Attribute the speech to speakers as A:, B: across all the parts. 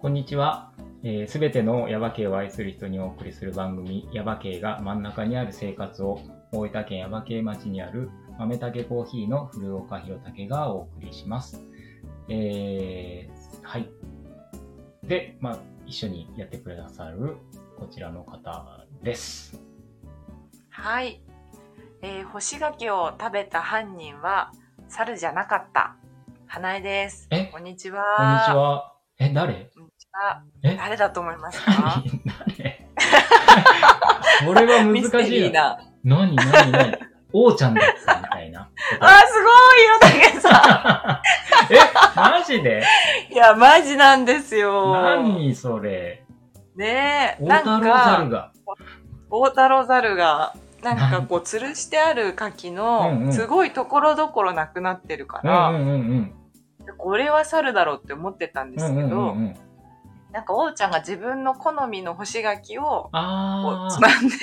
A: こんにちは。す、えー、べ、てのヤバ系を愛する人にお送りする番組、ヤバ系が真ん中にある生活を、大分県ヤバ系町にある豆竹コーヒーの古岡弘武がお送りします。えーはい。で、まあ、一緒にやってくださるこちらの方です。
B: はい、えー、干し柿を食べた犯人は猿じゃなかった花江です
A: え
B: こんにちは
A: こんにちは。え、誰
B: こんにちは
A: え
B: 誰だと思いますか
A: 何誰これは
B: ミステ
A: 難し
B: リ
A: い
B: ー
A: な。
B: な
A: 何何何 王ちゃんだったみたいな。
B: あーすごいよだけさ
A: え、マジで
B: いやマジなんですよ
A: 何それ
B: ねえ
A: 大太郎
B: なん
A: 猿
B: か
A: が。
B: 大太郎猿がなんかこう吊るしてある柿
A: うんうん
B: のすごいところどころなくなってるか
A: う
B: ら、
A: んうんうん
B: これは猿だろうって思ってたんで
A: うん。う
B: す
A: ん
B: け
A: う
B: ど、
A: んうんうん。
B: なんか王ちゃんが自分の好みの干し柿をこ
A: あ
B: うつ
A: ー。
B: まんで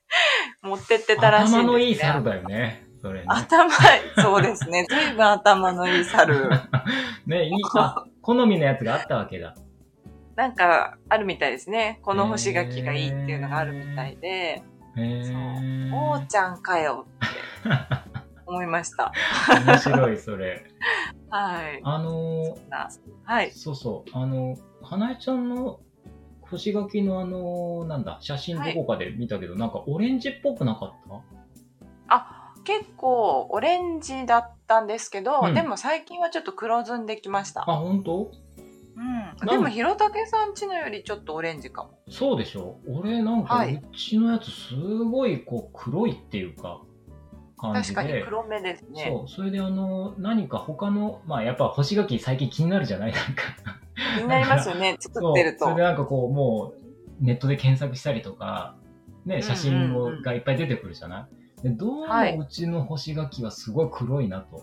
B: 持ってってたらしいんです、ね。
A: 頭のいい猿だよね。それね。
B: 頭、そうです ね。ずいぶん頭のいい猿。
A: ね、いい、あ、好みのやつがあったわけだ。
B: なんかあるみたいですね。この干し柿がいいっていうのがあるみたいで、
A: へ
B: そう
A: ー。
B: 王ちゃんかよって思いま した。
A: 面白い、それ。
B: はい。
A: あのー、
B: なはい。
A: そうそう、あの、花江ちゃんの干し柿のあの、なんだ、写真どこかで見たけど、なんかオレンジっぽくなかった
B: 結構オレンジだったんですけど、
A: うん
B: でも最近はちょっと黒ずんできました。
A: あ、本当
B: うん、でも、ひろたけさんちのよりちょっとオレンジかも。
A: そうでしょ俺なんか、
B: はいう
A: ちのやつすごいこう黒いっていうか、感じ
B: 確
A: で。
B: かに黒目ですね。
A: そう、それであの、何か他の、まあやっぱ干し柿最近気になるじゃないなんか。
B: 気になりますよね、作
A: そう
B: ってると。
A: それでなんかこう、もう、ネットで検索したりとか、ね、写真
B: うん
A: を
B: うんうん
A: がいっぱい出てくるじゃない、でどう
B: は
A: も
B: いう
A: ちの干し柿はすごい黒いなと。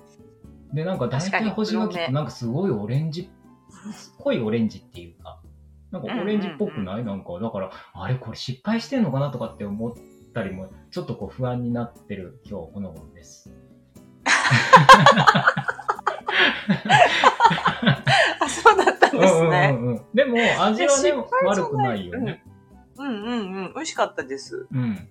A: で、なんか大
B: 確か
A: 体
B: に
A: 干し柿っ
B: 黒
A: て
B: め
A: なんかすごいオレンジ、濃いオレンジっていうか、なんかオレンジっぽくない、なんか、だから、あれこれ失敗してんのかなとかって思ったりも、ちょっとこう不安になってる今日この頃です。
B: あ、そうだったんです
A: う
B: ね。
A: んうんうんうん、でも味はね
B: 失敗じゃない
A: 悪くないよね。
B: うんうんうん、美味しかったです。
A: うん。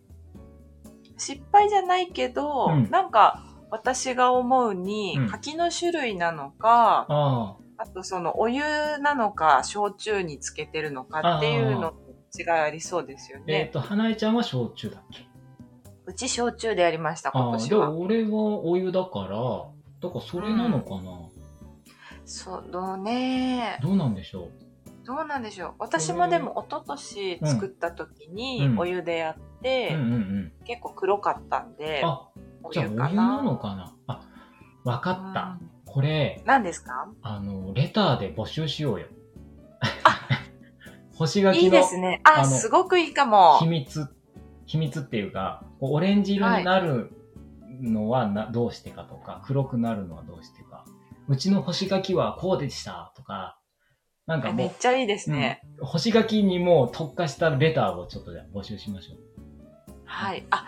B: 失敗じゃないけど、
A: うん
B: なんか私が思うに、
A: うん
B: 柿の種類なのか、
A: あ
B: あとそのお湯なのか、焼酎につけてるのかっていうの違いありそうですよ
A: あ。えっ、
B: ね。
A: と、花江ちゃんは焼酎だっけ
B: うち焼酎でやりました、今
A: ああー、
B: 年
A: で
B: は。
A: も俺はお湯だから、だからそれなのかな、
B: そう、どうね。
A: どうなんでしょ
B: どうなんでしょう。私もでも一昨年作った時
A: う
B: に
A: ん
B: お湯でやっ
A: う
B: て、
A: うんうんうん。
B: 結構黒かったんで、
A: あ、
B: お
A: じゃあお
B: 湯
A: 湯
B: か
A: な
B: な。
A: のかなあ、わかった。
B: うん
A: これ、
B: 何ですか
A: あの、レターで募集しようよ。星書
B: い
A: き
B: いで
A: の
B: すね。
A: あの
B: あ、すごくいいかも
A: 秘。密、秘密っていうか、こうオレンジ色になるのはな、どうしてかとか、黒くなるのはどうしてか、うちの星書きはこうでしたとか、なんか
B: あ
A: も
B: め
A: う
B: っ、ちゃいいですね。
A: うん星書きにもう特化したレターをちょっとじゃあ募集しましょう。
B: はい。あ、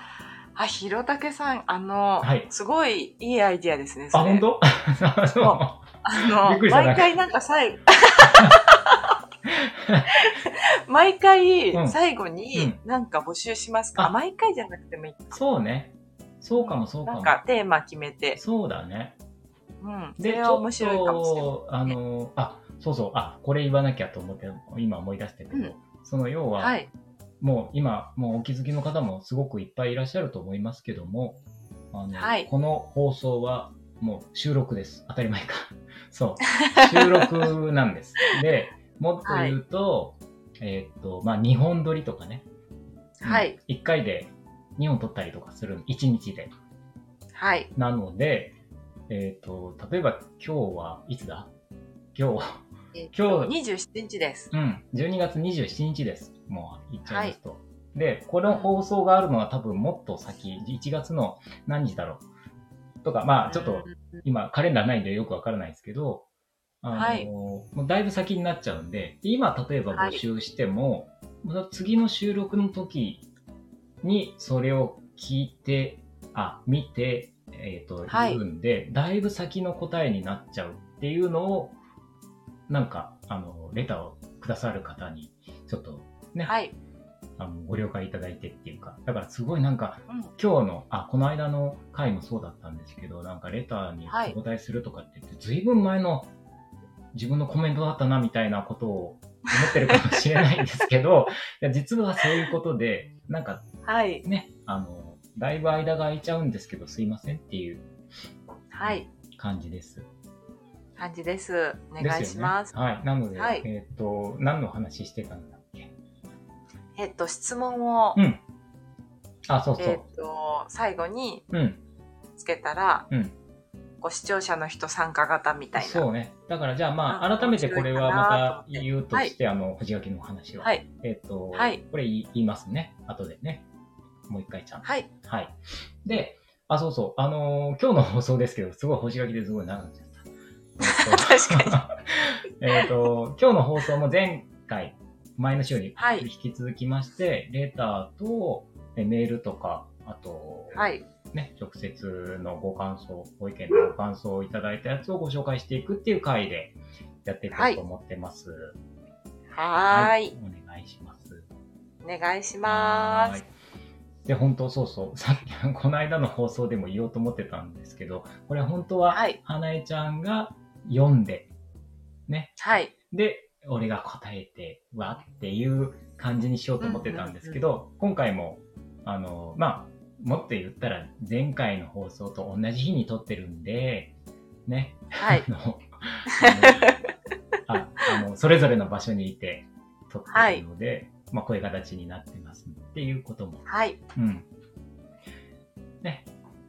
B: あ、ひろたけさん、あの、
A: はい
B: すごいいいアイディアですね。そ
A: あ、
B: れ
A: 本当そうそ
B: あ
A: びっ
B: の、
A: くりした
B: 毎回なん か最後、毎回
A: うん
B: 最後になんか募集しますか、
A: あ
B: あ毎回じゃなくてもいい。
A: う。そうね。そうかもそうか
B: な
A: も
B: ん。かテーマ決めて。
A: そうだね。
B: うん。そ
A: で、ち
B: れは
A: ょ
B: 面
A: っ
B: 白いかもしれない。
A: と、あの、あ、そうそう、あ、これ言わなきゃと思って、今思い出してたけど、
B: うん
A: その要は、
B: はい。
A: もう今、もうお気づきの方もすごくいっぱいいらっしゃると思いますけども、あの
B: はい
A: この放送はもう収録です。当たり前か。 そう。収録なんです。で、もっと言うと、えーっと、まあ、2本撮りとかね。
B: はい。
A: うん。1回で2本撮ったりとかする、1日で。
B: はい。
A: なので、えーっと、例えば今日はいつだ今日、
B: えっ
A: 今
B: と、
A: 日
B: 27日です。
A: うん、12月27日です。もう言っちゃいますと。で、この放送があるのは多分もっと先、1月の何日だろうとか、まあちょっと今カレンダーないんでよくわからないですけど、あの
B: はい
A: もうだいぶ先になっちゃうんで、今例えば募集しても、また次の収録の時にそれを聞いて、あ、見て、えーと
B: はい
A: 言うんで、だいぶ先の答えになっちゃうっていうのを、なんか、あの、レターをくださる方に、ちょっとね、
B: はい。
A: あのご了解いただいてっていうか、だからすごいなんか、
B: うん。
A: 今日の、あ、この間の回もそうだったんですけど、なんかレターに
B: はい
A: お答えするとかって言って、ずいぶん前の自分のコメントだったなみたいなことを思ってるかもしれないんですけ ど、いや実はそういうことで、なんか
B: はい。
A: ね、あの、だいぶ間が空いちゃうんですけど、すいませんっていう
B: はい。
A: 感じです。
B: 感じです。お願い
A: です
B: し
A: よね
B: ます。
A: はい。なので、
B: はい
A: えっ、と、何の話してたんだっけ
B: えっと、質問を、
A: うん。あ、そうそ
B: えっ
A: う。
B: と、最後に
A: うん。
B: つけたら、
A: うん
B: こう視聴者の人参加型みたいな。
A: そうね。だからじゃあま
B: あ
A: あ、改めてこれはまた
B: 面白いかなと思って
A: 言うとして、あの、藤垣の話を。
B: はい。
A: えっ、と、
B: はい
A: これ言い言いますね。後でね。もう一回ちゃんと。
B: はい。
A: はい。で、あ、そうそう。あのー今日の放送ですけど、すごい星書きですごい長くなっちゃった。
B: 確
A: かに。えっと、 今日の放送も前回、前の週に
B: はい
A: 引き続きまして、レターとえメールとか、あと、
B: はい。
A: ね、直接のご感想、ご意見のご感想をいただいたやつをご紹介していくっていう回でやっていこうと思ってます。
B: はーい。
A: お願いします。
B: お願いしま
A: はー
B: す
A: い。。で、本当そうそう。 さっき、この間の放送でも言おうと思ってたんですけど、これ本当は、
B: はい
A: 花江ちゃんが読んで、ね。
B: はい。
A: で、俺が答えてはっていう感じにしようと思ってたんですけど、今回も、あの、まあ、もっと言ったら前回の放送と同じ日に撮ってるんで、ね。
B: はい。
A: あの、あのああのそれぞれの場所にいて撮ってるので、まあ、こういう形になってますっていうことも、
B: はい。
A: うん。ね、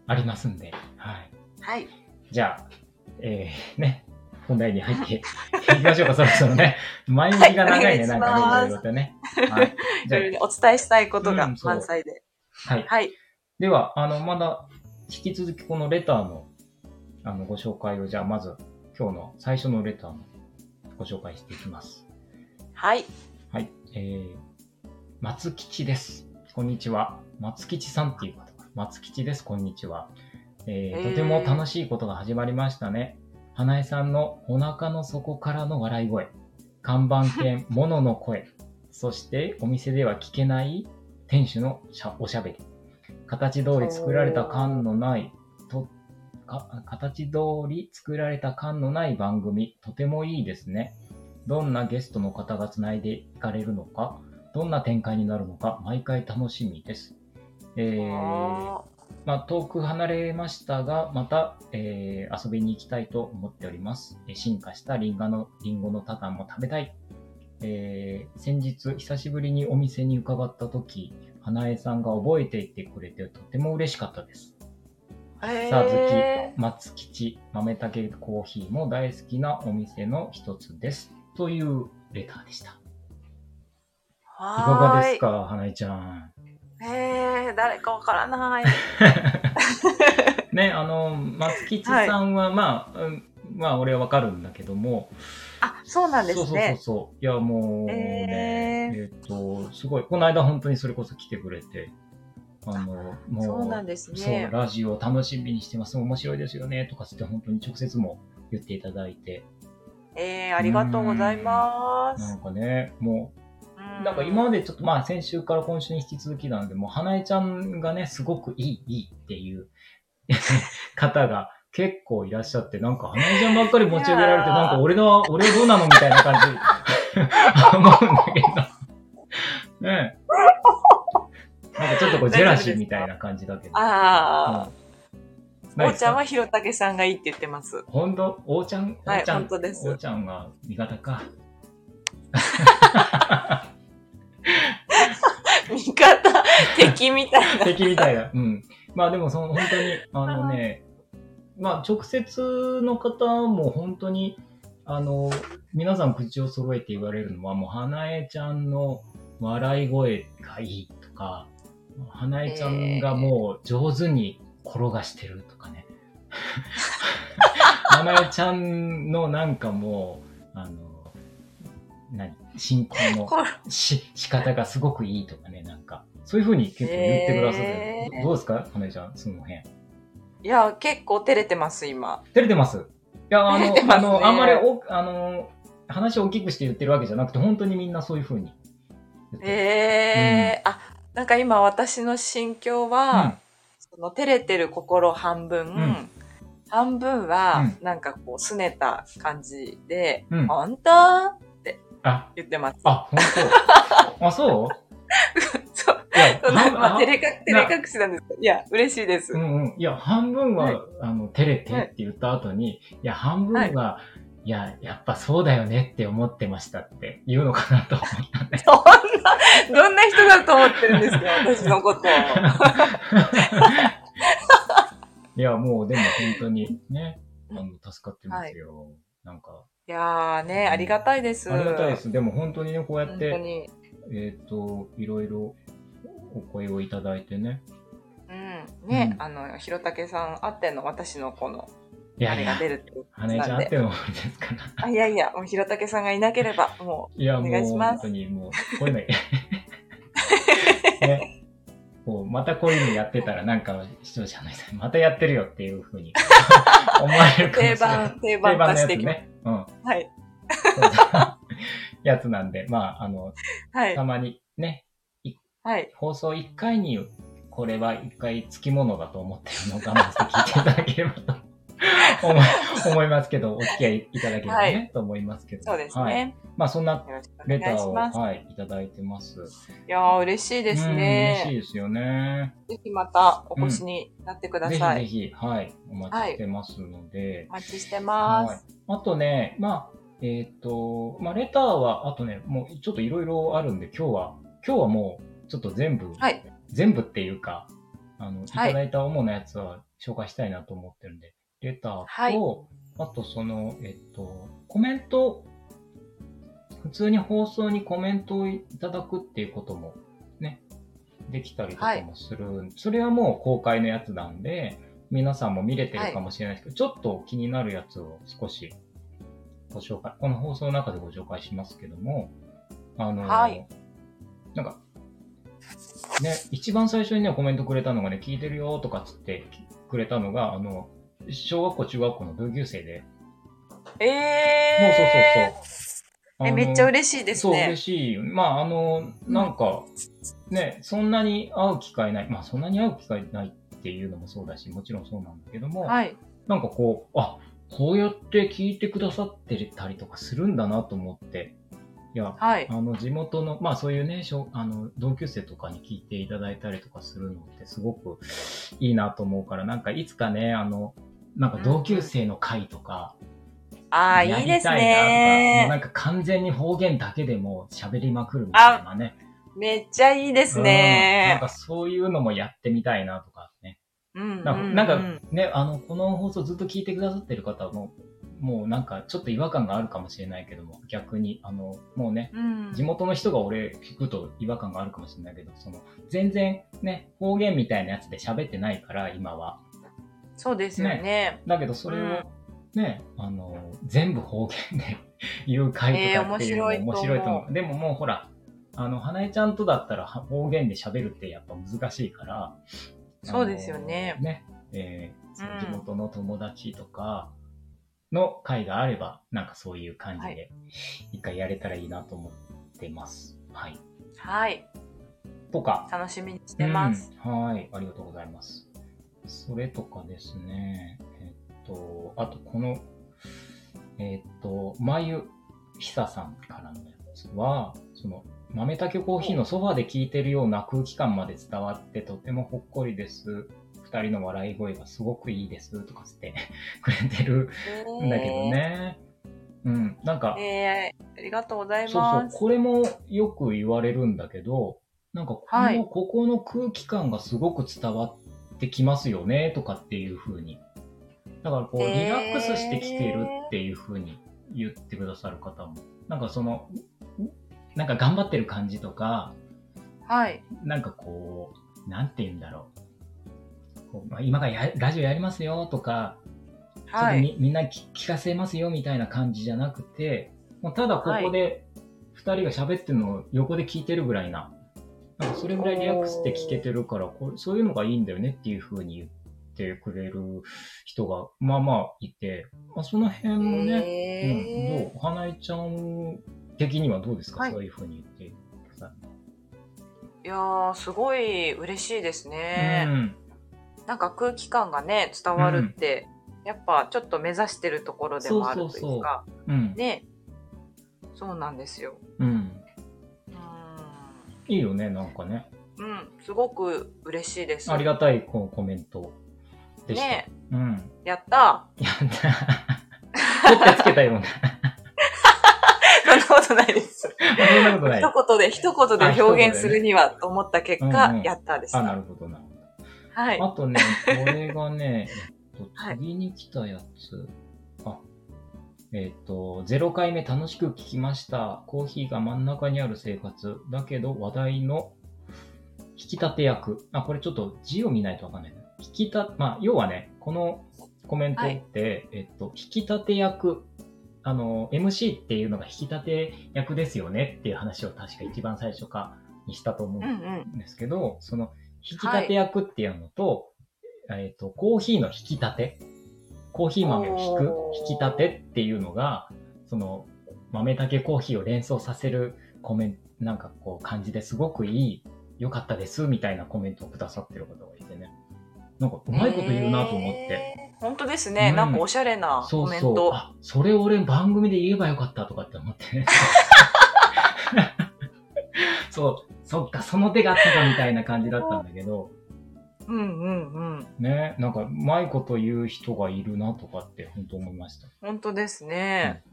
A: ありますんで、はい。
B: はい。
A: じゃあ、えー、ね、本題に入っていきましょうか、そろそろね。前向きが長いね、
B: は
A: ないんかね、
B: お願
A: いろ
B: いします
A: いろとね。はい。
B: い
A: じゃ
B: ろいろお伝えしたいこと
A: う
B: が
A: んそう
B: 満載で。
A: あ、はい。
B: はい。
A: では、あの、まだ、引き続きこのレターの、あの、ご紹介を、じゃあ、まず、今日の最初のレターのご紹介していきます。
B: はい。
A: はい。えー、松吉です。こんにちは。松吉さんっていう方かな。松吉です。こんにちは。えー
B: へー
A: とても楽しいことが始まりましたね。花江さんのお腹の底からの笑い声、看板犬、モノの声、そしてお店では聞けない店主のしゃおしゃべり。形通り作られた感のない、とか形通り作られた感のない番組、とてもいいですね。どんなゲストの方がつないでいかれるのか、どんな展開になるのか、毎回楽しみです。えー、
B: お
A: まあ、遠く離れましたが、また、えー遊びに行きたいと思っております。えー進化したリンガのリンゴのタタンも食べたい。えー先日、久しぶりにお店に伺った時、花江さんが覚えていてくれてとても嬉しかったです。
B: ーへー
A: さずき、松吉、豆竹コーヒーも大好きなお店の一つです。というレターでした。いか
B: は
A: が
B: ー
A: で
B: い
A: すか、花江ちゃん。
B: えー、誰かわからない。
A: ね、あの、松吉さんは、まあ、うんまあ、俺はわかるんだけども、
B: あ、そうなんです
A: そ
B: ね。
A: うそうそうそう。いや、もうね、えっ、と、すごい、この間本当にそれこそ来てくれて、あの、もう、
B: そうなんです
A: そう
B: ね。
A: ラジオ楽しみにしてます、面白いですよね、とかつって本当に直接も言っていただいて、
B: えー、ありがとうございま
A: な
B: す。
A: んかね、もう、なんか今までちょっと、まあ先週から今週に引き続きなので、もう、花江ちゃんがね、すごくいい、いいっていう方が、結構いらっしゃって、なんか、花江ちゃんばっかり持ち上げられて、
B: いやー
A: なんか、俺 の、俺どうなのみたいな感じ。思うんだけど。ねえ。なんかちょっとこうジェラシーみたいな感じだけど。う
B: あ
A: ん
B: あ、おーちゃんは
A: ないですか
B: ひろたけさんがいいって言ってます。
A: ほんとおーちゃん、お
B: はい
A: ーちゃん、
B: 本当です
A: おーちゃんが味方か。
B: 味方、敵みた いな。
A: 敵みたいな。うん。まあでもその本当に、あのね、まあ直接の方も本当に、あの、皆さん口を揃えて言われるのは、もう花江ちゃんの笑い声がいいとか、花江ちゃんがもう上手に転がしてるとかね。花江ちゃんのなんかもう、あの、何進行の
B: これ
A: し仕方がすごくいいとかね、なんか、そういうふうに結構言ってくださって、
B: へー
A: どどうですか、花江ちゃん、その辺。
B: いや、結構照れてます、今。
A: 照れてます。いや、あの、
B: 照れてま
A: あ
B: すね
A: の、あんまりお、あの、話を大きくして言ってるわけじゃなくて、本当にみんなそういうふうに言ってる。
B: ええあ、なんか今私の心境は、その照れてる心半分、
A: ん
B: 半分は、
A: う
B: なんかこう、すねた感じで、
A: うん。うん。
B: あんた
A: あ、
B: 言ってます。
A: あ、本当。あ、そう
B: そう。
A: い や、
B: そんな
A: 半
B: まあ、照れ
A: 分
B: か、照れ隠しなんですけどいや、嬉しいです。
A: うんうん。いや、半分は、
B: はい
A: あの、照れてって言った後に、い、や、半分は、い、や、やっぱそうだよねって思ってましたって言うのかな と思ったね。
B: そんな、どんな人だと思ってるんです か、私の ことを。
A: いや、もう、でも本当にね、あの、助かってますよ。なんか、
B: いやーね、ありがたいです。
A: ありがたいです。でも本当にね、こうやっ
B: 本
A: て
B: 当、に。
A: えっ、と、いろいろお声をいただいてね。
B: うん。ね、
A: うん
B: あの、ひろたけさんあっての私のこの、
A: いや
B: あ
A: い
B: れ
A: や
B: が、出るっていうこ
A: 羽
B: と
A: 根ちゃ
B: なん
A: んっ
B: で。
A: てのもあれですから。
B: あいやいや、もうひろたけさんがいなければ、も
A: いや、も
B: お
A: う
B: 願いし
A: 本
B: ます
A: 当にもう、こういうの、 ね、こうまたこういうのやってたら、なんか視聴者の人に、またやってるよっていうふうに 思われ
B: う、
A: るかもしれない。
B: 定番、定番化してい
A: 定
B: き
A: の
B: ます。
A: やつね。うん。
B: はい。
A: やつなんで、まあ、あの、
B: はい
A: た。まにね、
B: はい。
A: 放送1回に、これは1回つきものだと思ってるのを我慢して聞いていただければと 思い思いますけど、お付き合いいただければね、
B: は
A: と思いますけど。
B: そうです
A: はい。
B: ね。
A: まあ、そんな
B: よろしく
A: レ
B: お
A: タ
B: 願い
A: ー
B: し
A: を、
B: ます。
A: はい、いただいてます。
B: いやー、嬉しいです
A: うん
B: ね。
A: 嬉しいですよね。
B: ぜひまたお越しになってくだ
A: ぜ
B: さ
A: ひ
B: い。
A: ぜひ、はい、お待ちしてますので。
B: お待ちしてます。
A: はいあとね、まあ、えっ、と、まあ、レターは、あとね、もうちょっといろいろあるんで、今日は、今日はもう、ちょっと全部、
B: はい
A: 全部っていうか、あの、い
B: はい
A: ただいた主なやつは紹介したいなと思ってるんで、レターと、
B: はい
A: あとその、えっ、と、コメント、普通に放送にコメントをいただくっていうこともね、できたりとかもする、それはもう公開のやつなんで、皆さんも見れてるかもしれないですけど、ちょっと気になるやつを少しご紹介、この放送の中でご紹介しますけども、あの、
B: はい
A: なんか、ね、一番最初にね、コメントくれたのがね、聞いてるよとかっつってきくれたのが、あの、小学校、中学校の同級生で、もうそうそうそう。
B: えー。え、
A: あの
B: めっちゃ嬉しいです
A: そう、嬉
B: ね。
A: しい。まあ、あの、なんか、ね、そんなに会う機会ない。まあ、そんなに会う機会ないっていうのもそうだし、もちろんそうなんだけども、
B: はい。
A: なんかこう、あ、こうやって聞いてくださってたりとかするんだなと思って、いや、
B: はい。
A: あの、地元の、まあそういうね、小あの同級生とかに聞いていただいたりとかするのってすごくいいなと思うから、なんかいつかね、あの、なんか同級生の会とか、
B: ああ、
A: や
B: いい
A: り
B: です
A: たいな
B: ね。
A: とかもうなんか完全に方言だけでも喋りまくるみたいなね。
B: めっちゃいいです
A: うんなん
B: ね。
A: かそういうのもやってみたいなとかね。
B: うん
A: なんか,、
B: うん
A: なん
B: う
A: かね、あの、この放送ずっと聞いてくださってる方も、もうなんかちょっと違和感があるかもしれないけども、逆に、あの、もうね、
B: うん
A: 地元の人が俺聞くと違和感があるかもしれないけど、その、全然ね、方言みたいなやつで喋ってないから、今は。
B: そうですよね。
A: だけどそれ
B: う
A: を
B: ん
A: ね、あの全部方言で 言う回とかっていうのも
B: えー
A: 面
B: 面
A: 白
B: 白
A: い
B: い
A: と
B: と
A: 思
B: 思
A: う
B: う。
A: でももうほら、あの、花江ちゃんとだったらは方言で喋るってやっぱ難しいから。
B: そうですよね
A: あのね、えーその
B: うん
A: 地元の友達とかの会があれば、なんかそういう感じ
B: は
A: で一回やれたらいいなと思ってます。はい。
B: はい。
A: とか。
B: 楽しみにしてます。
A: うんはい、ありがとうございます。それとかですね、えっと、あとこの、えっと、まゆひささんからのやつは、その、豆たけコーヒーのソファーで聞いてるような空気感まで伝わってとてもほっこりです。二人の笑い声がすごくいいです。とかつって くれてるんだけどね。うん、なんか、
B: えー。えーありがとうござい
A: そうそう
B: ま、す。
A: これもよく言われるんだけど、なんかこの、
B: はい
A: ここの空気感がすごく伝わってきますよね、とかっていう風に。だからこう、
B: へー
A: リラックスしてきてるっていう風に言ってくださる方も。なんかその、なんか頑張ってる感じとか、
B: はい。
A: なんかこう、なんて言うんだろう。こうまあ、今からやラジオやりますよとか、そ
B: は
A: れ
B: い。
A: みみんなに聞聞かせますよみたいな感じじゃなくて、もうただここで2人が喋ってるのを横で聞いてるぐらいな、なんかそれぐらいリラックスして聞けてるから、これそういうのがいいんだよねっていう風に言っってくれる人が、まあまあいて、まあ、その辺もね、うん、
B: へ
A: どう花江ちゃん的にはどうですか、
B: はい
A: そういうふうに言ってください。
B: ーいやーすごい嬉しいですね、
A: うん
B: なんか空気感がね伝わるって、やっぱちょっと目指してるところでもあるというか
A: うん、
B: ねそうなんですよ
A: うん、
B: うー
A: いいよね、なんかね。
B: んうんすごく嬉しいです
A: ありがたいこうコメントでした。
B: ね
A: うん。
B: やった
A: やった。 取ってつけたような。
B: ーそんなことないで
A: そ
B: す
A: んなことない。
B: 一言で一言で表現するにはと思った結
A: あ一言でね
B: 果、
A: うんうん
B: やったです、
A: あ、なるほどな。
B: はい
A: あとね、これが ね、えっと
B: はい
A: 次に来たやつ。あ、えっと、0回目楽しく聞きました。コーヒーが真ん中にある生活。だけど話題の引き立て役。あ、これちょっと字を見ないとわかんないな。引き立て、まあ、要はね、このコメントって、えっと、引き立て役。あの、MC っていうのが引き立て役ですよねっていう話を確か一番最初かにしたと思うん
B: うんうん
A: ですけど、その、引き立て役っていうのと、えっ、と、コーヒーの引き立て、コーヒー豆を引く
B: お、ー
A: 引き立てっていうのが、その、豆たけコーヒーを連想させるコメント、なんかこう、感じですごくいい、良かったです、みたいなコメントをくださってる方がいてね。なんか、うまいこと言うなと思って。
B: えー本当ですね、
A: うん
B: なんかおしゃれな
A: そ
B: コ
A: う
B: メン
A: そう。
B: ト
A: あ、それ俺番組で言えばよかったとかって思って ね。そう、そっか、その手があったかみたいな感じだったんだけど、
B: うんうんうん
A: ね、なんか、うまいこと言う人がいるなとかって、本当思いました。
B: 本当ですね、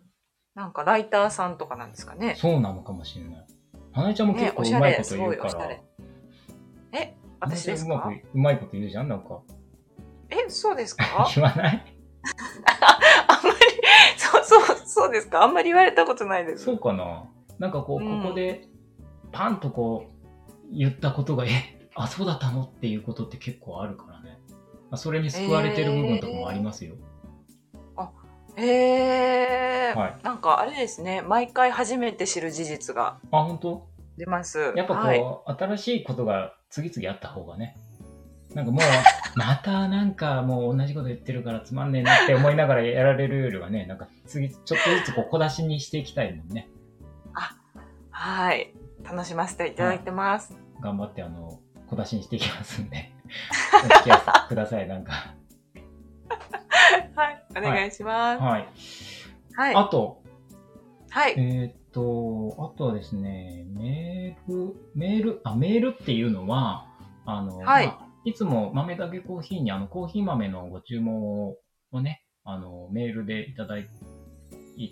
B: なんかライターさんとかなんですかね
A: そうなのかもしれない。花江ちゃんも結
B: ね
A: 構
B: お
A: う
B: しゃ
A: まい
B: れ
A: こと
B: す
A: 言
B: ご
A: う
B: い
A: か
B: おし
A: ら。
B: ゃれえ私です
A: 花江ちゃ
B: か
A: んうまくうまいこと言うじゃんなんか。
B: えそうですか
A: 言わない
B: あんまりそうそうそうですかあんまり言われたことないです
A: そうかななんかこう、
B: うん
A: ここで、パンとこう、言ったことが、え、あ、そうだったのっていうことって結構あるからね。まあそれに救われてる部分とかもありますよ。
B: へえ、
A: はい
B: なんかあれですね毎回初めて知る事実が
A: あ、本当
B: 出ます
A: やっぱこう、
B: はい、
A: 新しいことが次々あった方がね。なんかもう、 またなんかもう同じこと言ってるからつまんねえなって思いながらやられるよりはね、なんか次、ちょっとずつこう小出しにしていきたいもんね。
B: はい、楽しませていただいてます、
A: 頑張ってあの、小出しにしていきますんで。お付き合いください、なんか。
B: はい、お願いします
A: はい。
B: はい、
A: あと、
B: はい、
A: えーっと、あとはですね、メール、メール、あ、メールっていうのは、あの、
B: はい
A: まあいつも豆だけコーヒーにあの、コーヒー豆のご注文をね、あの、メールでいただい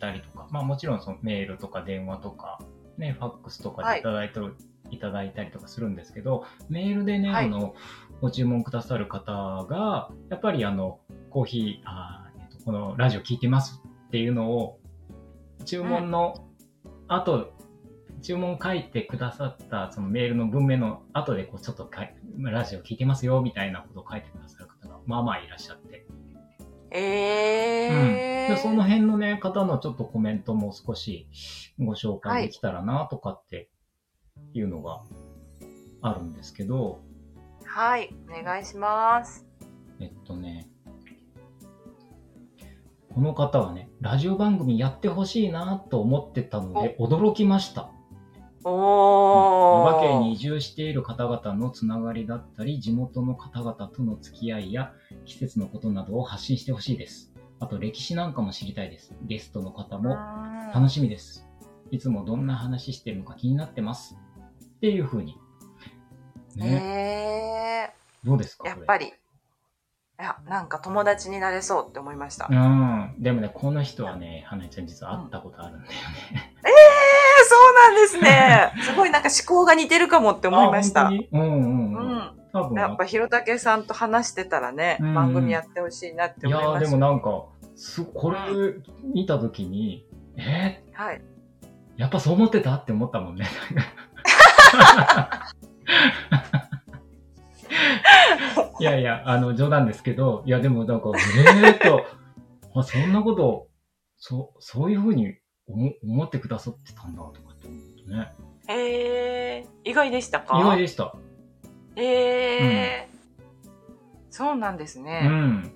A: たりとか、まあもちろんそのメールとか電話とか、ね、ファックスとかでいただいてる、い、ただいたりとかするんですけど、メールでね、
B: はい
A: あの、ご注文くださる方が、やっぱりあの、コーヒー、あーえっとこのラジオ聞いてますっていうのを、注文の後、注文書いてくださったそのメールの文面の後でこうちょっとかいラジオ聞いてますよみたいなことを書いてくださる方がまあまあいらっしゃって、
B: えー
A: でその辺のね方のちょっとコメントも少しご紹介できたらなとかっていうのがあるんですけど、
B: はい、お願いします
A: えっとね、この方はね、ラジオ番組やってほしいなと思ってたので驚きました。
B: おー
A: 野県に移住している方々のつながりだったり、地元の方々との付き合いや季節のことなどを発信してほしいです。あと歴史なんかも知りたいです。ゲストの方も楽
B: し
A: しみです。いつもどんな話してるのか気になってます。っていうふうに。ね、
B: ね
A: どうです
B: えー、
A: か
B: やっぱ
A: り。
B: りいやなんか友達になれそうって思いました、
A: う
B: えー
A: ん。でもね、この人はね、花江ちゃん実は会ったことあるんだよね。
B: そうなんですねすごいなんか思考が似てるかもって思いまし
A: あ
B: た
A: 本当にうん
B: う
A: うんうん。
B: ん
A: 多分
B: やっぱひろたけさんと話してたらね、
A: うん
B: 番組やってほしいなって
A: い
B: 思い
A: や
B: ま
A: ー
B: す
A: でもなんか、すこれ見たときに、えー、
B: はい
A: やっぱそう思ってたって思った もんね。いやいや、あの、冗談ですけど、いや、でもなんか、えーと、 あそんなこと、そ、そういうふうに思思ってくださってたんだとかって思うとね。
B: えー、意外でしたか
A: 意外でした。
B: えーそうなんです
A: う
B: ね。
A: ん。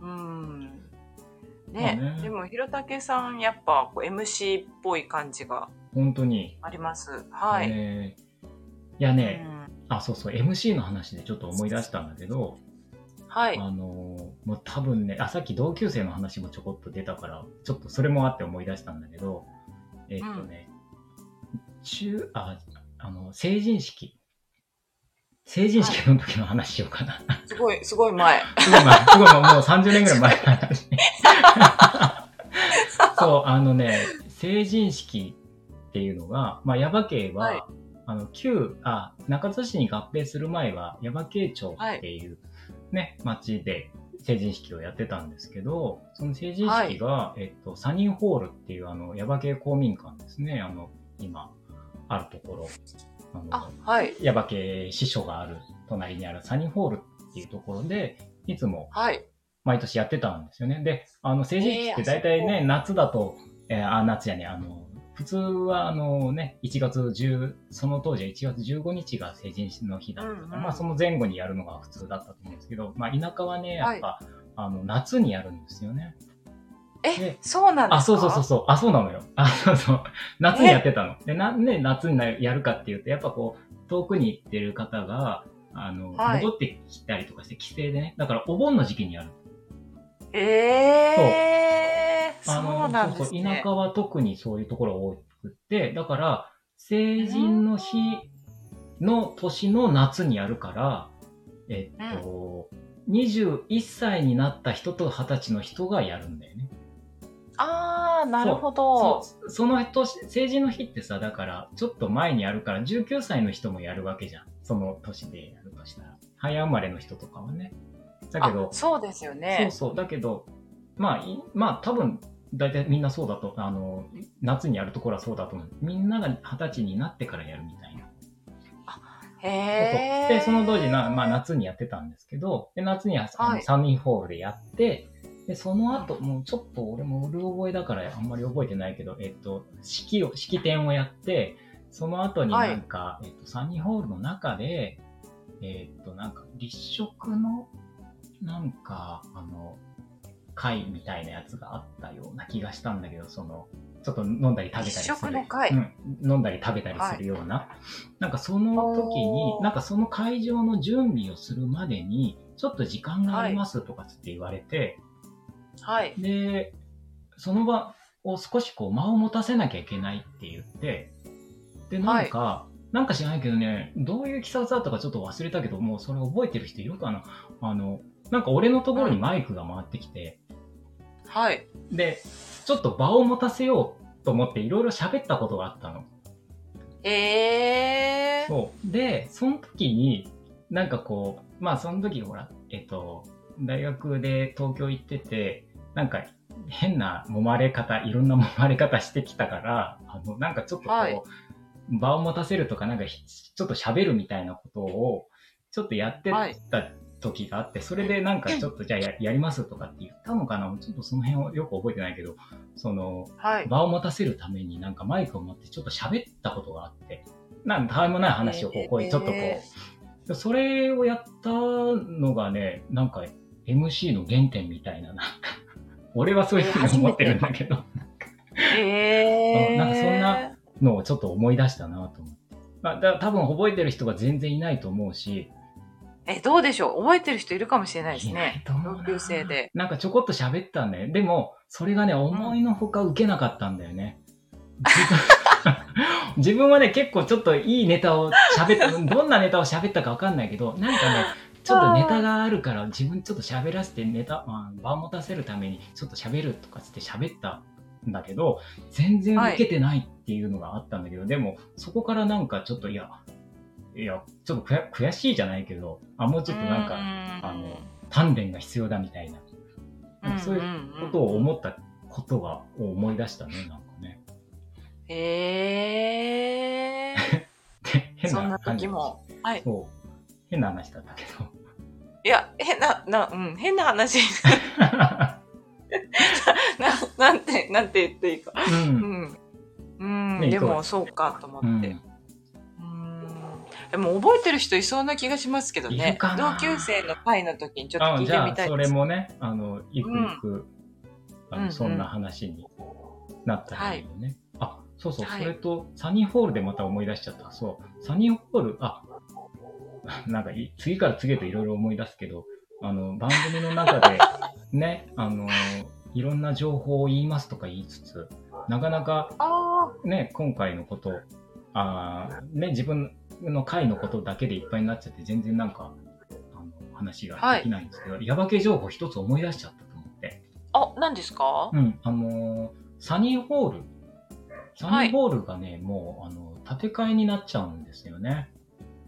B: うん。
A: まあ
B: ね
A: ね、
B: でも、ひろたけさん、やっぱこう MC っぽい感じが
A: 本当に。
B: あります。はい。
A: えーいやね、
B: うん
A: あ、そうそう、MC の話でちょっと思い出したんだけど、
B: はい。
A: あのーもう多分ね、あ、さっき同級生の話もちょこっと出たから、ちょっとそれもあって思い出したんだけど、えっとね、中、あ、あの、成人式。成人式の時の話しようかな。
B: すごい、すごい前。
A: すごい前、すごい前もう30年ぐらい前の話。そう、あのね、成人式っていうのが、まあ、矢場家は、
B: はい
A: あの、旧、あ、中津市に合併する前は、矢場家町っていうね、町で成人式をやってたんですけど、その成人式が、えっと、サニーホールっていう、あの、矢場家公民館ですね、あの、今、あるところ。あの
B: あ、はい。
A: 矢場家師匠がある隣にあるサニーホールっていうところで、いつも
B: はい。
A: 毎年やってたんですよね。で、あの、成人式って大体
B: えーあ
A: ね、夏だと、えーあ、夏やね、あの、普通はあのね、1月10、その当時は1月15日が成人式の日だったから、
B: うんうん
A: まあその前後にやるのが普通だったと思うんですけど、まあ田舎はね、やっぱ、あの、夏にやるんですよね。
B: え
A: で、
B: そうなんです か
A: あ、そうそうそうそう。あ、そうなのよ。あ、そうそう。夏にやってたの。で、なんで夏になやるかっていうと、やっぱこう、遠くに行ってる方が、あの、
B: はい
A: 戻ってきたりとかして、帰省でね。だから、お盆の時期にやる。
B: えー、そ
A: あの
B: うなんです
A: そうそう
B: ね
A: 田。舎は特にそういうところが多くって、だから、成人の日の年の夏にやるから、えっと、21歳になった人と20歳の人がやるんだよね。
B: あー、なるほど。
A: そその年、成人の日ってさ、だから、ちょっと前にやるから、19歳の人もやるわけじゃん。その年でやるとしたら。早生まれの人とかはね。だけ
B: あ
A: ど、、
B: そうですよね。
A: そうそう、だけど、まあ、いまあ、多分、大体みんなそうだと、あの、夏にやるところはそうだと思う。みんなが二十歳になってからやるみたいな。
B: へ
A: そうそう
B: ー。
A: で、その当時な、まあ、夏にやってたんですけど、で夏にはあの
B: はい
A: サミーホールでやって、で、その後、もうちょっと俺もうる覚えだからあんまり覚えてないけど、えっと、式を、式典をやって、その後になんか、えっと、サニーホールの中で、えっと、なんか、立食の、なんか、あの、会みたいなやつがあったような気がしたんだけど、その、ちょっと飲んだり食べたりする。
B: 立食の会
A: うん。飲んだり食べたりするような。なんかその時に
B: お、ー
A: なんかその会場の準備をするまでに、ちょっと時間がありますとかつって言われて、
B: はい。
A: で、その場を少しこう間を持たせなきゃいけないって言って、で、なんか、なんか知らないけどね、どういう気さだったかちょっと忘れたけど、もうそれ覚えてる人いるかなあの、なんか俺のところにマイクが回ってきて、
B: はい。
A: で、ちょっと場を持たせようと思っていろいろ喋ったことがあったの。
B: えー。
A: そう。で、その時に、なんかこう、まあその時ほら、えっと、大学で東京行ってて、なんか変な揉まれ方、いろんな揉まれ方してきたから、あの、なんかちょっとこう、
B: はい
A: 場を持たせるとか、なんかひちょっと喋るみたいなことを、ちょっとやって
B: はい
A: た時があって、それでなんかちょっとじゃあややりますとかって言ったのかなちょっとその辺をよく覚えてないけど、その、
B: はい。
A: 場を持たせるためになんかマイクを持ってちょっと喋ったことがあって、なんたわいもない話をこ
B: え
A: う、
B: ー
A: こういうちょっとこ
B: え
A: う、それをやったのがね、なんか MC の原点みたいな、なんか、 俺はそういうふうに思ってるんだけど、
B: えー。
A: なんかそんなのをちょっと思い出したなと思って。まあ、だ多分覚えてる人が全然いないと思うし、
B: え、どうでしょう覚えてる人いるかもしれないです
A: いない
B: ね。
A: と思う
B: 同
A: な
B: 級生で。
A: なんかちょこっと喋ったんだよ。でも、それがね、思いのほか受けなかったんだよね。 自分自分はね、結構ちょっといいネタを喋った、 どんなネタを喋ったかわかんないけど、なんかね、ちょっとネタがあるから、自分ちょっと喋らせてネタ、まあ場を持たせるために、ちょっと喋るとかつって喋ったんだけど、全然受けてないっていうのがあったんだけど、でも、そこからなんかちょっと、いや、いや、ちょっと悔悔しいじゃないけど、あ、もうちょっとなんか、あの鍛錬が必要だみたいな。
B: うん、
A: そういうんことを思ったことがを思い出したね、なんかね。
B: え
A: で
B: ー。
A: 変
B: そん
A: な
B: な
A: 感じ
B: 時
A: だし
B: も。はい。
A: そう。変な話だったけど。
B: いや、変な、な、うん、変な話。 な、なんて、なんて言っていいか。
A: う。
B: うんん。うん、
A: ね
B: で
A: いかが
B: も、
A: で
B: そうかと
A: う
B: 思っ
A: ん
B: て。うん。でも覚えてる人いそうな気がしますけど
A: い
B: ね
A: るかな
B: 同級生の会の時にちょっ
A: あ
B: と聞い
A: じ
B: て
A: ゃ
B: み
A: あ
B: たい
A: そ
B: で
A: れ
B: す
A: もねあのゆくゆく、あ
B: うんう
A: の
B: ん
A: そんな話になったらいいよね、あそうそう、
B: はい
A: それとサニーホールでまた思い出しちゃったそうサニーホールあ なんかい次から次へといろいろ思い出すけどあの番組の中で ねあのいろんな情報を言いますとか言いつつなかなか
B: あ
A: ね、今回のこと、あーね、自分の回のことだけでいっぱいになっちゃって、全然なんか、あの話ができないんですけど、ヤバ系情報一つ思い出しちゃったと思って。
B: ああ何ですか、
A: うん、あのーサニーホール。サニーホールがね、もう、あの、建て替えになっちゃうんですよね。えー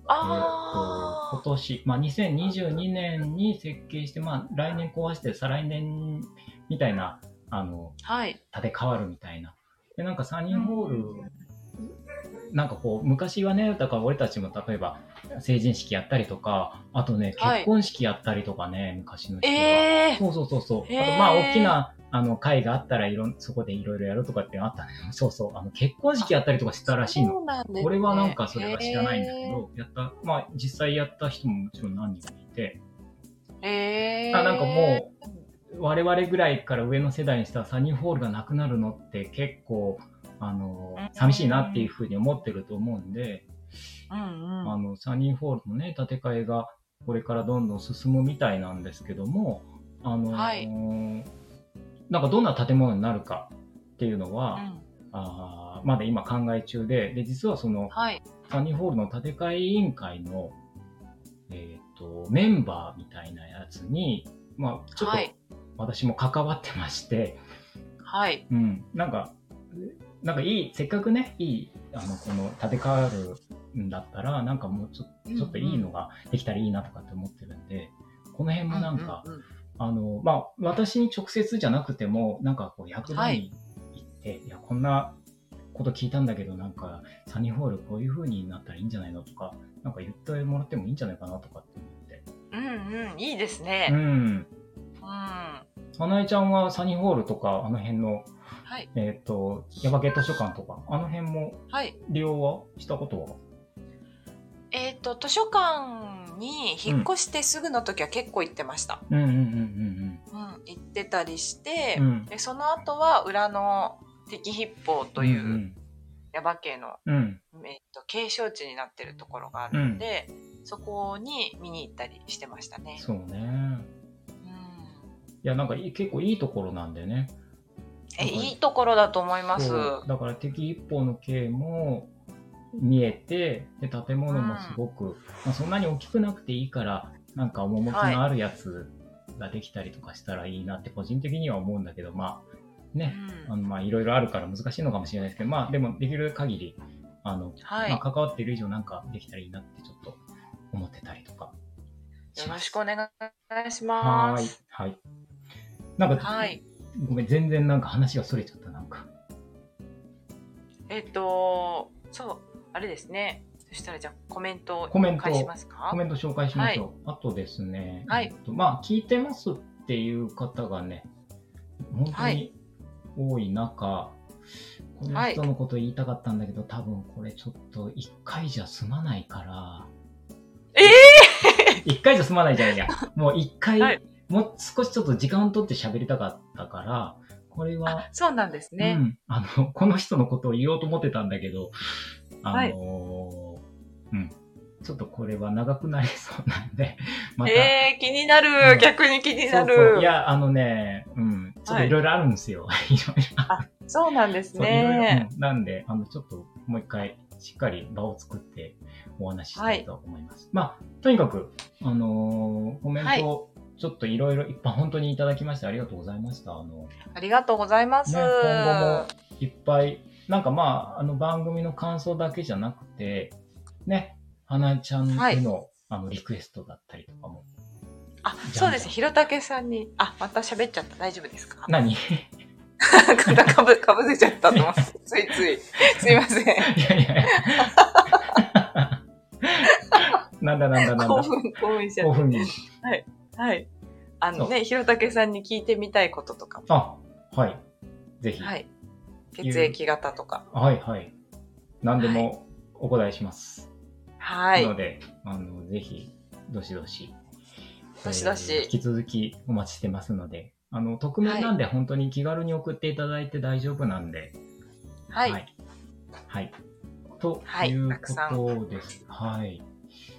A: と
B: あ
A: 今年、まあ、2022年に設計して、まあ、来年壊して、再来年みたいな、あの、
B: あはい
A: 立て替わるみたいな。で、なんかサニーホール、なんかこう、昔はね、だから俺たちも例えば成人式やったりとか、あとね、
B: はい
A: 結婚式やったりとかね、昔の人は。
B: ええ
A: そうそうそうそう。
B: へ
A: あ
B: ー
A: と、まあ、大きな、あの、会があったら、いろん、そこでいろいろやるとかってあったね。そうそう。あの、結婚式やったりとかしてたらしいの。
B: そうなんですね
A: 俺はなんかそれは知らないんだけど、やった、まあ、実際やった人ももちろん何人もいて、
B: ええ
A: あなんかもう我々ぐらいから上の世代にしたらサニーホールがなくなるのって結構あの
B: うん
A: 寂しいなっていうふうに思ってると思うんで、
B: うんうん
A: あのサニーホールのね建て替えがこれからどんどん進むみたいなんですけどもあの、
B: はい
A: なんかどんな建物になるかっていうの
B: う
A: は、
B: ん
A: あーまだ今考え中でで実はその
B: はい
A: サニーホールの建て替え委員会の、えー、とメンバーみたいなやつに、まあ、ちょっと
B: はい
A: 私も関わってまして、
B: はい
A: うん、なんか、なんかいい、せっかくね、いい、あの、この、建て替わるんだったら、なんかもうちょ
B: うんうん
A: ちょっといいのができたらいいなとかって思ってるんで、この辺もなんか、
B: ううう
A: あの、まあ、私に直接じゃなくても、なんかこう、役場に行って、い、や、こんなこと聞いたんだけど、なんか、サニーホールこういう風になったらいいんじゃないのとか、なんか言ってもらってもいいんじゃないかなとかって思って。
B: うんうんいいです
A: う
B: ね
A: ん。
B: うんは
A: 花江ちゃんはサニーホールとか、あの辺の
B: い
A: えっ、と、ヤバゲ図書館とか、あの辺も
B: はい
A: 利用はしたことは
B: えっ、と図書館に引っ越してすぐの時は結構行ってました、
A: うんうんうん
B: うん行ってたりして、
A: うんうん。
B: でその後は裏の敵筆法というん耶馬渓の、
A: うん。うん
B: えっと景勝地になってるところがあるので、そこに見に行ったりしてましたね。
A: そうね。
B: うん、
A: いや、なんかい結構いいところなんでね。
B: えいいところだと思います。
A: そうだから敵一方の刑も見えて、で建物もすごく、まあ、そんなに大きくなくていいから、なんか趣のあるやつができたりとかしたらいいなって個人的には思うんだけど、まあ、
B: う
A: ね、あ
B: ん、
A: のまあいろいろあるから難しいのかもしれないですけど、まあでもできる限り、あの、
B: はい、
A: まあ、関わっている以上なんかできたらいいなってちょっと思ってたりとか
B: よろしく
A: お
B: お願いし
A: は
B: ま
A: ーい
B: す。
A: はいなんか、
B: はい、
A: ごめん全然なんか話がそれちゃったなんか
B: えっ、とそうあれですね。そしたらじゃあコメントを
A: コメント
B: 返しますか
A: コ。メント紹介しましょう、あとですね、
B: はい
A: えっとまあ聞いてますっていう方がね本当
B: は
A: に
B: い
A: 多い中、この
B: はい
A: 人のこと言いたかったんだけど、多分これちょっと1回じゃ済まないから
B: ええ
A: 一回じゃ済まないじゃんい や。もう一回、
B: はい
A: もう少しちょっと時間を取って喋りたかったから、これは、
B: そうなんですね。
A: うん、あの、 この人のことを言おうと思ってたんだけど、あのー
B: はい
A: うん。ちょっとこれは長くなりそうなんで、 また、
B: えー、気になる、
A: うん
B: 逆に気にな
A: そ
B: るそうう
A: そういや、あのね、うん、ちょっといろいろあるんですよ。 いろいろ
B: なんです
A: そういろいろ
B: ね
A: うんなんで、あの、ちょっともう一回、しっかり場を作ってお話ししたいと思います。まあ、とにかく、あのーコメン
B: はい
A: トをちょっといろいろ、いっぱい本当にいただきましてありがとうございました。あの、ね、
B: ありがとうございます、
A: 今後もいっぱい、なんかまあ、あの番組の感想だけじゃなくて、ね、花江ちゃんへの、あの、リクエストだったりとかも。
B: あそうですひろたけさんにあまた喋っちゃった大丈夫ですか
A: 何 い
B: 肩かぶかぶせちゃったと思って ついついすいません
A: やいや いや。なんだなんだなん
B: 興
A: だ。
B: 奮興奮しちゃ
A: 興
B: っ
A: 奮に。
B: たはいあのねひろたけさんに聞いてみたいこととかも
A: あ、はい。ぜひ。
B: はい血液型とか
A: はいはい。何でもお答えします。
B: はい
A: の。で、あの、ぜひ、どしどし、
B: どしどし
A: えー引き続きお待ちしてますので、あの、匿名なんで本当に気軽に送っていただいて大丈夫なんで、
B: はい。はい。
A: い。はいと
B: はい
A: いう
B: たくさん
A: ことです。はい。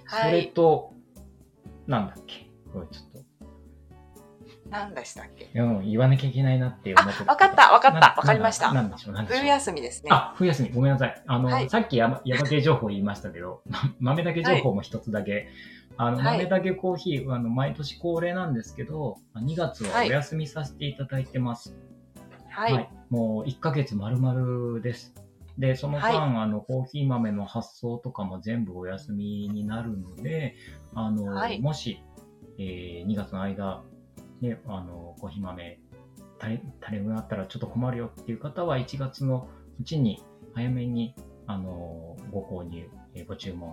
A: それと、なんだっけこれちょっ
B: 何でしたっけ
A: と、うん、言わなきゃいけないなって思って
B: あ、わかった、わかった、わかりました。
A: なんでしょう、なんでしょ
B: 冬
A: う。
B: 休みですね。
A: あ、冬休み、ごめんなさい。あの、
B: はい
A: さっき山山系情報言いましたけど、ま豆だけ情報も一つだけ。あの、
B: はい
A: 豆だけコーヒー、あの、毎年恒例なんですけど、2月はお
B: はい
A: 休みさせていただいてます。
B: はい。
A: もう1ヶ月丸々です。で、その間、
B: は
A: あの、コーヒー豆の発送とかも全部お休みになるので、あの、
B: はい
A: もし、え2月の間、ね、あの、コーヒー豆、足り、足りなくなったらちょっと困るよっていう方は、1月のうちに、早めに、あの、ご購入、えーご注文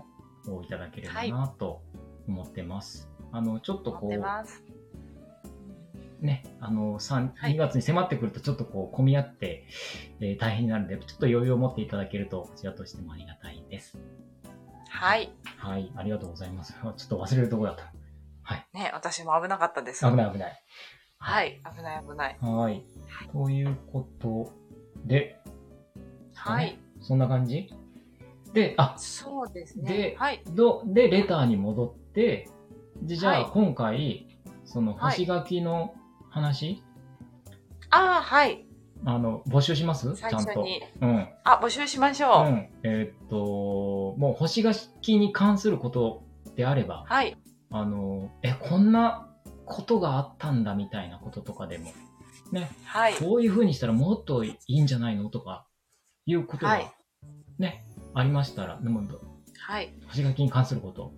A: をいただければ
B: はい
A: なと思ってます。あの、ちょっとこ
B: 待って
A: う、
B: ます。
A: ね、あの、三
B: はい
A: 2月に迫ってくるとちょっとこう混み合って、えー大変になるので、ちょっと余裕を持っていただけると、こちらとしてもありがたいです。
B: はい。
A: はい、ありがとうございます。 あちょっと忘れるとこだった。はい、
B: ね、私も危なかったです。
A: 危ない危ない。
B: はい。危ない、危ない。
A: はい。ということで、
B: はい。
A: そんな感じで、あ、
B: そうです
A: で
B: ね。はい。
A: ど、で、レターに戻って、でじゃあ
B: はい
A: 今回、その
B: は
A: 星
B: い
A: 書きの話、
B: ああ、はい。
A: あの、募集しますちゃ
B: 最
A: ん
B: 初
A: と。
B: に。
A: うん。
B: あ、募集しましょう。
A: うん、えーっと、もう星がきに関することであれば、
B: はい。
A: あの、え、こんなことがあったんだみたいなこととかでも、
B: はい。
A: こういう風にしたらもっといいんじゃないのとか、いうこと
B: はい
A: がね、ありましたら、でも、
B: はい。
A: 星がきに関すること、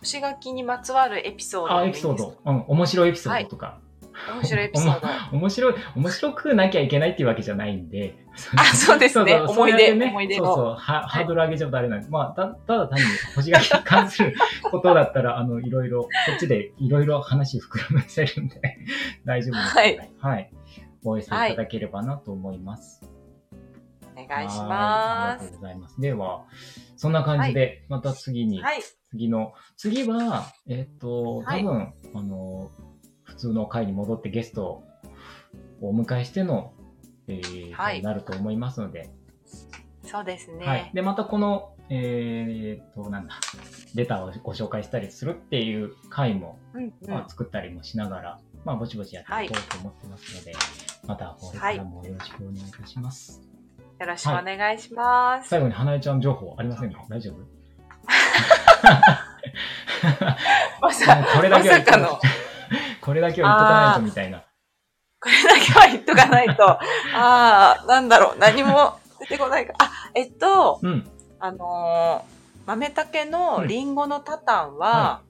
B: 星書きにまつわるエピソード
A: あ、
B: でいい
A: エ
B: で
A: ピ
B: すか。
A: ソード、うん、面白いエピソードとか、
B: 面白いエピソード。
A: 面白い、面白くなきゃいけないっていうわけじゃないんで、
B: あ、そうですね。
A: そうそう
B: 思い
A: そうや
B: 出、
A: ってね
B: 思い出
A: そう
B: の。
A: そう、はハードル上げちゃうとあれなんで、まあ、たただ単に星 書きに関することだったら、あの、いろいろ、こっちでいろいろ話膨らませるんで、 大丈夫です。
B: はい。
A: はい。お寄せいただければなと思います。
B: お願いし
A: はいあり
B: ま
A: が
B: す
A: と。うございます。では、そんな感じで、また次に、
B: はい。
A: 次の、次は、えっ、と、多
B: はい
A: 分、あの、普通の回に戻ってゲストをお迎えしての、えー
B: はい
A: なると思いますので、
B: そうですね。
A: はい、でまたこの、えーっとなんだレターをご紹介したりするっていう回も、
B: うん、うん。
A: まあ、作ったりもしながら、まあ、ぼちぼちやっていこうと思ってますので、またこれからもよろしくお願いいたします、
B: よろしくお願いします。
A: 最後に花江ちゃん情報あり ませんか大丈夫も
B: まさ
A: うこれだけは言っとかない
B: まさかの
A: これだけは言っとかないとみたいな
B: これだけは言っとかないと、ああ、なんだろう、何も出てこないか。あ、えっと、
A: うん
B: あのー豆たけのリンゴのタタンは、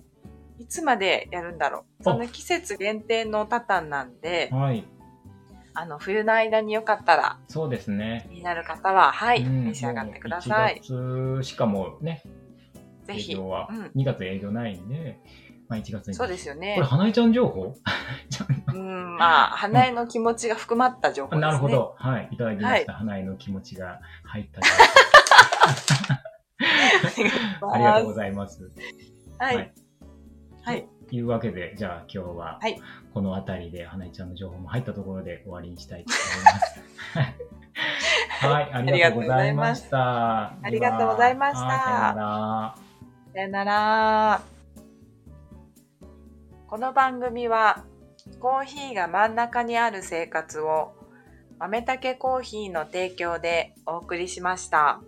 B: いつまでやるんだろう。
A: あ
B: その季節限定のタタンなんで、
A: はい
B: あの、冬の間によかったら、
A: そうですね
B: 気になる方は、はい、
A: うん
B: 召し上がってください。
A: もう1月しかもうね
B: ぜ
A: 営
B: ひ。
A: 業は、
B: うん
A: 2月営業ないんで、まあ、1月に
B: そうですよ
A: こ
B: ね
A: れ。花江ちゃん情報
B: うん、まあ、花江の気持ちが含まった情報です ね。
A: なるほ ど。はい。いただきました。花江の気持ちが入った。 ありがとうご
B: い
A: ざいます。
B: ます。はい。はい。
A: というわけで、じゃあ今日は
B: はい、
A: この辺りで花江ちゃんの情報も入ったところで終わりにしたいと 思います。はい。ありがとうございました。
B: ありがとうございました
A: でははいさようなら。
B: さよなら。この番組は、コーヒーが真ん中にある生活を、豆たけコーヒーの提供でお送りしました。